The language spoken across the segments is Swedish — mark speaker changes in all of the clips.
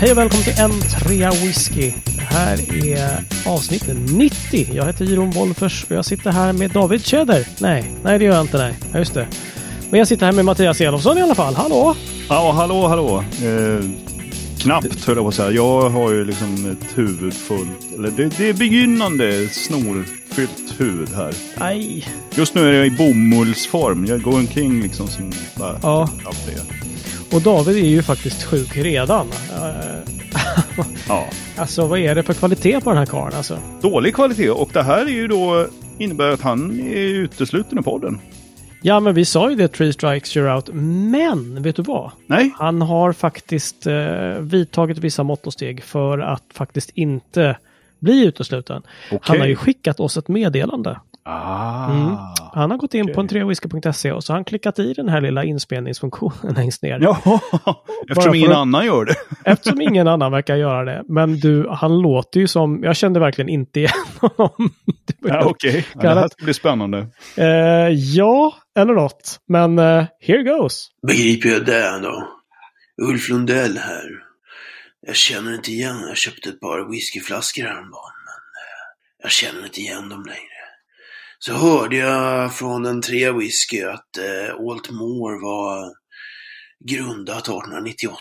Speaker 1: Hej och välkommen till en trea whisky. Det här är avsnitt 90. Jag heter Jiron Wolfers och jag sitter här med David Tjäder. Nej, nej det gör jag inte. Nej, ja, just det. Men jag sitter här med Mattias Elofsson i alla fall. Hallå!
Speaker 2: Ja, hallå, hallå. Eh, knappt höll jag på att säga. Jag har ju liksom ett huvud fullt. Eller det, det är begynnande snorfyllt huvud här.
Speaker 1: Aj!
Speaker 2: Just nu är jag i bomullsform. Jag går omkring liksom som bara
Speaker 1: Ja.
Speaker 2: knappt det.
Speaker 1: Och David är ju faktiskt sjuk redan. Eh,
Speaker 2: Ja.
Speaker 1: alltså vad är det för kvalitet på den här karln alltså?
Speaker 2: Dålig kvalitet och det här är ju då innebär att han är utesluten ur podden.
Speaker 1: Ja men vi sa ju det, Three Strikes You're Out. Men vet du vad?
Speaker 2: Nej,
Speaker 1: Han har faktiskt eh, vidtagit vissa mått och steg för att faktiskt inte bli utesluten. Han har ju skickat oss ett meddelande.
Speaker 2: Ah.
Speaker 1: Mm. Han har gått in
Speaker 2: Okej.
Speaker 1: på en 3whisky.se och så har han klickat i den här lilla inspelningsfunktionen längst ner.
Speaker 2: Ja,
Speaker 1: Bara
Speaker 2: eftersom
Speaker 1: för
Speaker 2: ingen
Speaker 1: att-
Speaker 2: annan gör det.
Speaker 1: Eftersom ingen annan verkar göra det. Men du, han låter ju som, jag kände verkligen inte igen honom. Det var-
Speaker 2: Ja, Okej, ja, det här ska bli spännande.
Speaker 1: eh, ja, eller något. Men eh, here goes.
Speaker 3: Begriper jag det då? Ulf Lundell här. Jag känner inte igen, jag köpte ett par whiskyflaskor häromdagen, men eh, jag känner inte igen dem längre. Så hörde jag från en tre whisky att eh, Alt Moore var grundat 1898.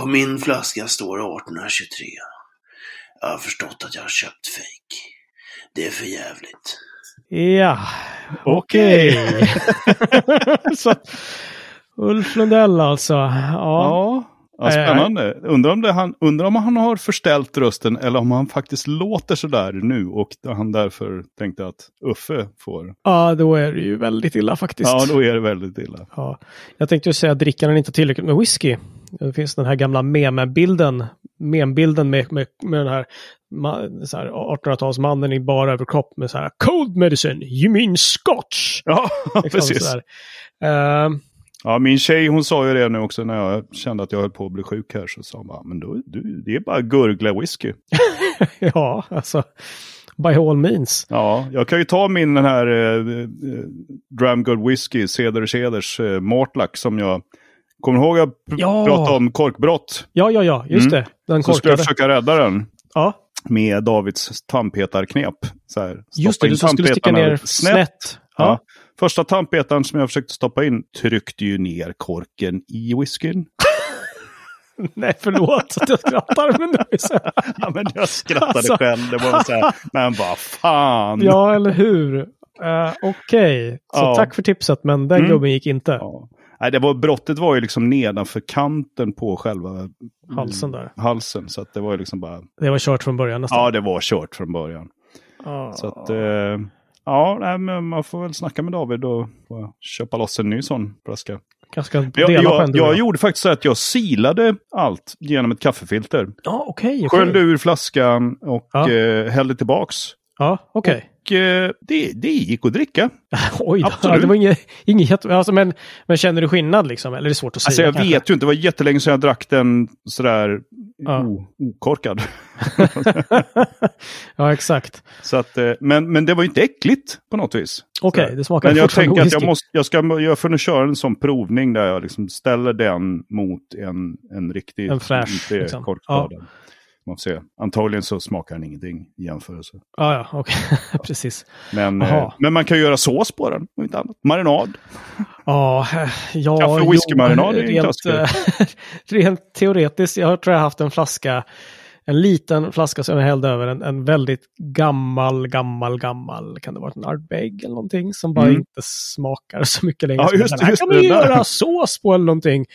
Speaker 3: På min flaska står det 1823. Jag har förstått att jag har köpt fake. Det är för jävligt.
Speaker 1: Ja, okej. så, Ulf Lundell alltså. Ja.
Speaker 2: Ja, ja
Speaker 1: Eh,
Speaker 2: spännande. Undrar om, det han, undrar om han har förställt rösten eller om han faktiskt låter sådär nu och han därför tänkte att Uffe får.
Speaker 1: ja, då är det ju väldigt illa faktiskt.
Speaker 2: Ja, då är det väldigt illa.
Speaker 1: Ja, jag tänkte ju säga att dricker han inte tillräckligt med whisky. Det finns den här gamla meme-bilden. Meme-bilden med, med, med den här, ma- så här 1800-talsmannen i bara överkropp med så här Cold medicine, you mean scotch.
Speaker 2: Ja,
Speaker 1: Liksom
Speaker 2: precis.
Speaker 1: sådär. Eh,
Speaker 2: Ja, min tjej hon sa ju det nu också när jag kände att jag höll på att bli sjuk här. Så sa hon bara, men då, du, det är bara gurgla whisky.
Speaker 1: ja, alltså. By all means.
Speaker 2: Ja, jag kan ju ta min den här eh, eh, Dramgold Whisky, Ceder Ceders eh, Mortlack som jag kommer ihåg jag pr-
Speaker 1: Ja.
Speaker 2: pratade om korkbrott.
Speaker 1: Ja, ja, ja, just
Speaker 2: Mm.
Speaker 1: det. Den
Speaker 2: Så skulle jag
Speaker 1: korkade.
Speaker 2: försöka rädda den.
Speaker 1: Ja.
Speaker 2: med Davids tandpetarknep. Så här, stoppa
Speaker 1: Just det,
Speaker 2: in
Speaker 1: du som skulle sticka
Speaker 2: tandpetarna
Speaker 1: ner
Speaker 2: snett.
Speaker 1: snett.
Speaker 2: Ja.
Speaker 1: Ja.
Speaker 2: Första tandpetaren som jag försökte stoppa in tryckte ju ner korken i whiskyn.
Speaker 1: Nej, förlåt att jag skrattar. Men det är så här.
Speaker 2: Ja, men jag skrattade
Speaker 1: Alltså.
Speaker 2: själv. Det var så här, men vad fan.
Speaker 1: ja, eller hur? Eh, Okej, så
Speaker 2: Ja.
Speaker 1: tack för tipset, men den
Speaker 2: Mm.
Speaker 1: gubben gick inte.
Speaker 2: Ja. Nej, det var, brottet var ju liksom nedanför kanten på själva
Speaker 1: halsen Alltså. där.
Speaker 2: halsen. Så att det var ju liksom bara,
Speaker 1: Det var kört från början nästan.
Speaker 2: ja det var kört från början.
Speaker 1: Ja.
Speaker 2: Så att, eh, ja, nej, men man får väl snacka med David och och köpa loss en ny sån flaska.
Speaker 1: Ganska
Speaker 2: Jag,
Speaker 1: dela på en du
Speaker 2: jag,
Speaker 1: och
Speaker 2: jag
Speaker 1: jag.
Speaker 2: gjorde faktiskt så att jag silade allt genom ett kaffefilter.
Speaker 1: Ja, okej. okej.
Speaker 2: Sköljde ur flaskan och
Speaker 1: Ja.
Speaker 2: eh, hällde tillbaks.
Speaker 1: Ja, okej.
Speaker 2: Och, eh, det, det gick att dricka.
Speaker 1: Oj, då.
Speaker 2: Absolut.
Speaker 1: det var inget, inget jätte... Alltså, men, men känner du skillnad liksom? Eller är det svårt att säga?
Speaker 2: Alltså jag
Speaker 1: kanske?
Speaker 2: vet ju inte, det var jättelänge sedan jag drack den sådär
Speaker 1: Ja.
Speaker 2: o, okorkad.
Speaker 1: ja, exakt.
Speaker 2: Så att, eh, men, men det var ju inte äckligt på något vis.
Speaker 1: Okej,
Speaker 2: Så-
Speaker 1: det smakar
Speaker 2: Men jag
Speaker 1: fortfarande
Speaker 2: tänker att jag,
Speaker 1: whisky.
Speaker 2: måste, jag, ska, jag får nog köra en sån provning där jag liksom ställer den mot en, en riktig
Speaker 1: En fräsch,
Speaker 2: inte
Speaker 1: liksom.
Speaker 2: korkad. Man får se. Antagligen så smakar den ingenting i jämförelse.
Speaker 1: Ja, ja, okej. Precis.
Speaker 2: Men,
Speaker 1: Aha.
Speaker 2: eh, men man kan ju göra sås på den, om inte annat. Marinad.
Speaker 1: Ja, eh, ja...
Speaker 2: Kaffe och
Speaker 1: jo,
Speaker 2: whiskymarinad är ju en
Speaker 1: rent,
Speaker 2: klassiker.
Speaker 1: eh, rent teoretiskt, jag tror jag har haft en flaska, en liten flaska som jag hällde över en, en väldigt gammal, gammal, gammal, kan det vara en Ardbeg eller någonting, som bara
Speaker 2: Mm.
Speaker 1: inte smakar så mycket längre.
Speaker 2: Ja,
Speaker 1: Så
Speaker 2: just
Speaker 1: den
Speaker 2: det,
Speaker 1: här
Speaker 2: just
Speaker 1: kan
Speaker 2: det,
Speaker 1: man ju
Speaker 2: den där.
Speaker 1: göra sås på eller någonting.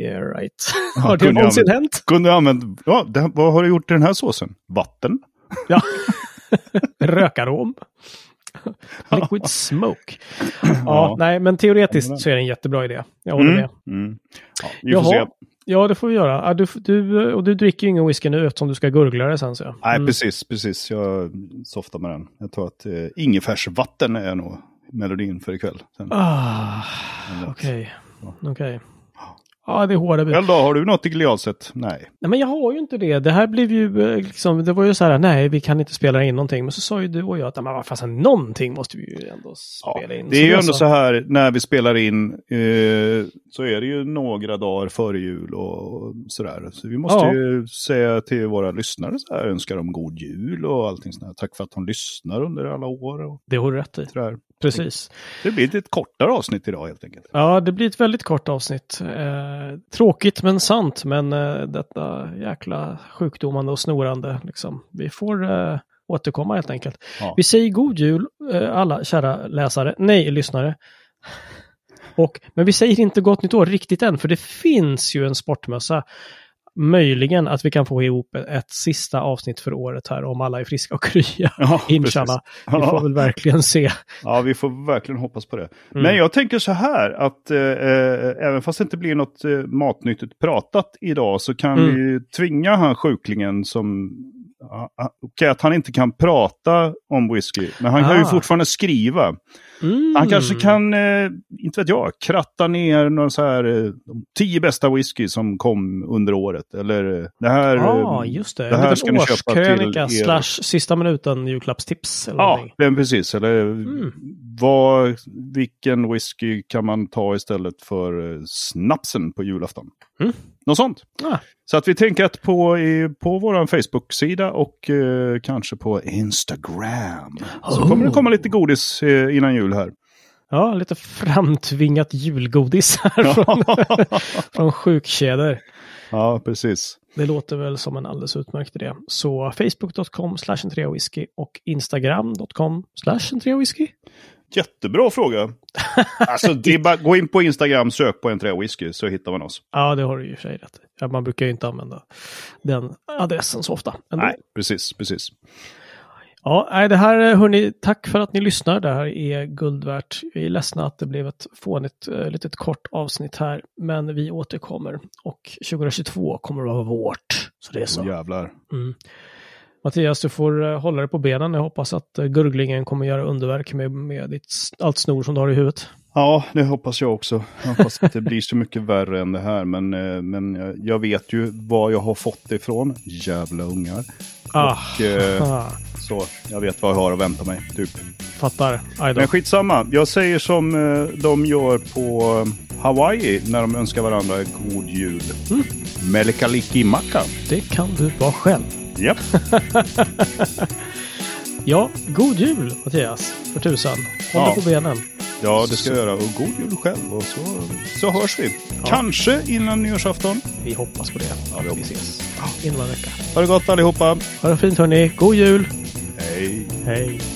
Speaker 1: Yeah right. har det
Speaker 2: kunde jag
Speaker 1: någonsin
Speaker 2: använt.
Speaker 1: hänt?
Speaker 2: Kunde jag använt... Ja, det, vad har du gjort i den här såsen? Vatten?
Speaker 1: Ja. Rökarom. Liquid smoke. Ja,
Speaker 2: Ja.
Speaker 1: nej, men teoretiskt så är det en jättebra idé. Jag håller med.
Speaker 2: Mm. Ja, vi får se.
Speaker 1: Ja, det får vi göra. Ja, Du, du, och du dricker ju ingen whisky nu eftersom du ska gurgla det sen. Så. jag.
Speaker 2: Nej,
Speaker 1: Mm.
Speaker 2: precis, precis. Jag softar med den. Jag tror att eh, ingefärsvatten är nog melodin för ikväll. Sen.
Speaker 1: Ah,
Speaker 2: Eller något.
Speaker 1: Okej. Okej. Ja, det är hårda bud.
Speaker 2: Själv då, har du något i glaset? Nej.
Speaker 1: Nej, men jag har ju inte det. Det här blev ju eh, liksom, det var ju så här, nej, vi kan inte spela in någonting. Men så sa ju du och jag att, men vad fasen, någonting måste vi ju ändå
Speaker 2: Ja,
Speaker 1: spela in.
Speaker 2: det är ju
Speaker 1: då
Speaker 2: ändå
Speaker 1: sa-
Speaker 2: så här när vi spelar in eh, så är det ju några dagar före jul och sådär. Så vi måste
Speaker 1: Ja.
Speaker 2: ju säga till våra lyssnare så här, önskar dem god jul och allting sånt här. Tack för att de lyssnar under alla år och
Speaker 1: Det har du rätt i.
Speaker 2: sådär.
Speaker 1: Precis.
Speaker 2: Det blir ett lite kortare avsnitt idag helt enkelt.
Speaker 1: Ja, det blir ett väldigt kort avsnitt. Eh, tråkigt men sant, men eh, detta jäkla sjukdomande och snorande. Liksom. Vi får eh, återkomma helt enkelt.
Speaker 2: Ja.
Speaker 1: Vi säger god jul eh, alla kära läsare, nej lyssnare. Och, men vi säger inte gott nytt år riktigt än, för det finns ju en sportmössa. Möjligen att vi kan få ihop ett sista avsnitt för året här om alla är friska och krya.
Speaker 2: Ja,
Speaker 1: Inshallah. Vi får
Speaker 2: Ja.
Speaker 1: väl verkligen se.
Speaker 2: ja, vi får verkligen hoppas på det.
Speaker 1: Mm.
Speaker 2: Men jag tänker så här att eh, eh, även fast det inte blir något eh, matnyttigt pratat idag så kan
Speaker 1: Mm.
Speaker 2: vi ju tvinga han sjuklingen som... Ah, ah, Okej, att han inte kan prata om whisky, men han kan ju
Speaker 1: Ah.
Speaker 2: fortfarande skriva.
Speaker 1: Mm.
Speaker 2: Han kanske kan, eh, inte vet jag, kratta ner några så här, eh, de tio bästa whisky som kom under året. Eller eh, det här...
Speaker 1: Ja,
Speaker 2: eh,
Speaker 1: ah, just det.
Speaker 2: det
Speaker 1: en
Speaker 2: här
Speaker 1: liten
Speaker 2: ska ni köpa
Speaker 1: årskrönika
Speaker 2: till er.
Speaker 1: slash sista minuten julklappstips. Eller
Speaker 2: Ja,
Speaker 1: någonting.
Speaker 2: men precis. Eller
Speaker 1: Mm.
Speaker 2: vad, vilken whisky kan man ta istället för eh, snapsen på julafton?
Speaker 1: Mm.
Speaker 2: Något sånt.
Speaker 1: Ah.
Speaker 2: Så att vi tänker att på, i, på vår Facebook-sida och eh, kanske på Instagram så
Speaker 1: Oh.
Speaker 2: kommer det komma lite godis eh, innan jul här.
Speaker 1: ja, lite framtvingat julgodis här från, från sjukkedjor.
Speaker 2: ja, precis.
Speaker 1: Det låter väl som en alldeles utmärkt idé. Så facebook.com slash whisky och instagram.com slash whisky.
Speaker 2: Jättebra fråga. Alltså, det är bara, gå in på Instagram, sök på en trä whisky så hittar man oss.
Speaker 1: Ja, det har du ju i och för sig rätt i. ja, Man brukar ju inte använda den adressen så ofta. ändå.
Speaker 2: Nej, precis, precis.
Speaker 1: Ja, nej, det här, eh, hörni, tack för att ni lyssnar. Det här är guld värt. Vi är ledsna att det blev ett fånigt, eh, litet kort avsnitt här, men vi återkommer och 2022 kommer att vara vårt. Så det är så.
Speaker 2: Åh, jävlar.
Speaker 1: Mm. Mattias, du får eh, hålla dig på benen. Jag hoppas att eh, gurglingen kommer göra underverk med, med ditt, s- allt snor som du har i huvudet.
Speaker 2: Ja, det hoppas jag också. Jag hoppas att det blir så mycket värre än det här. Men, eh, men jag- jag vet ju vad jag har fått det ifrån. Jävla ungar.
Speaker 1: Ah,
Speaker 2: Och, eh,
Speaker 1: ah,
Speaker 2: så jag vet vad jag har att vänta mig. Typ.
Speaker 1: fattar. Aj då.
Speaker 2: Men skitsamma. Jag säger som eh, de gör på eh, Hawaii när de önskar varandra god jul.
Speaker 1: Mm.
Speaker 2: Melikaliki maka.
Speaker 1: Det kan du vara själv.
Speaker 2: Japp.
Speaker 1: Ja, god jul Mattias, för tusan. Håll
Speaker 2: Ja.
Speaker 1: dig på benen.
Speaker 2: Ja, det ska jag göra. Och god jul själv. Och så, så hörs vi. Kanske innan nyårsafton.
Speaker 1: Vi hoppas på det.
Speaker 2: Ja, vi
Speaker 1: vi
Speaker 2: hoppas.
Speaker 1: ses inom en vecka.
Speaker 2: Ha det gott allihopa.
Speaker 1: Ha det fint hörni. God jul!
Speaker 2: Hej.
Speaker 1: Hej!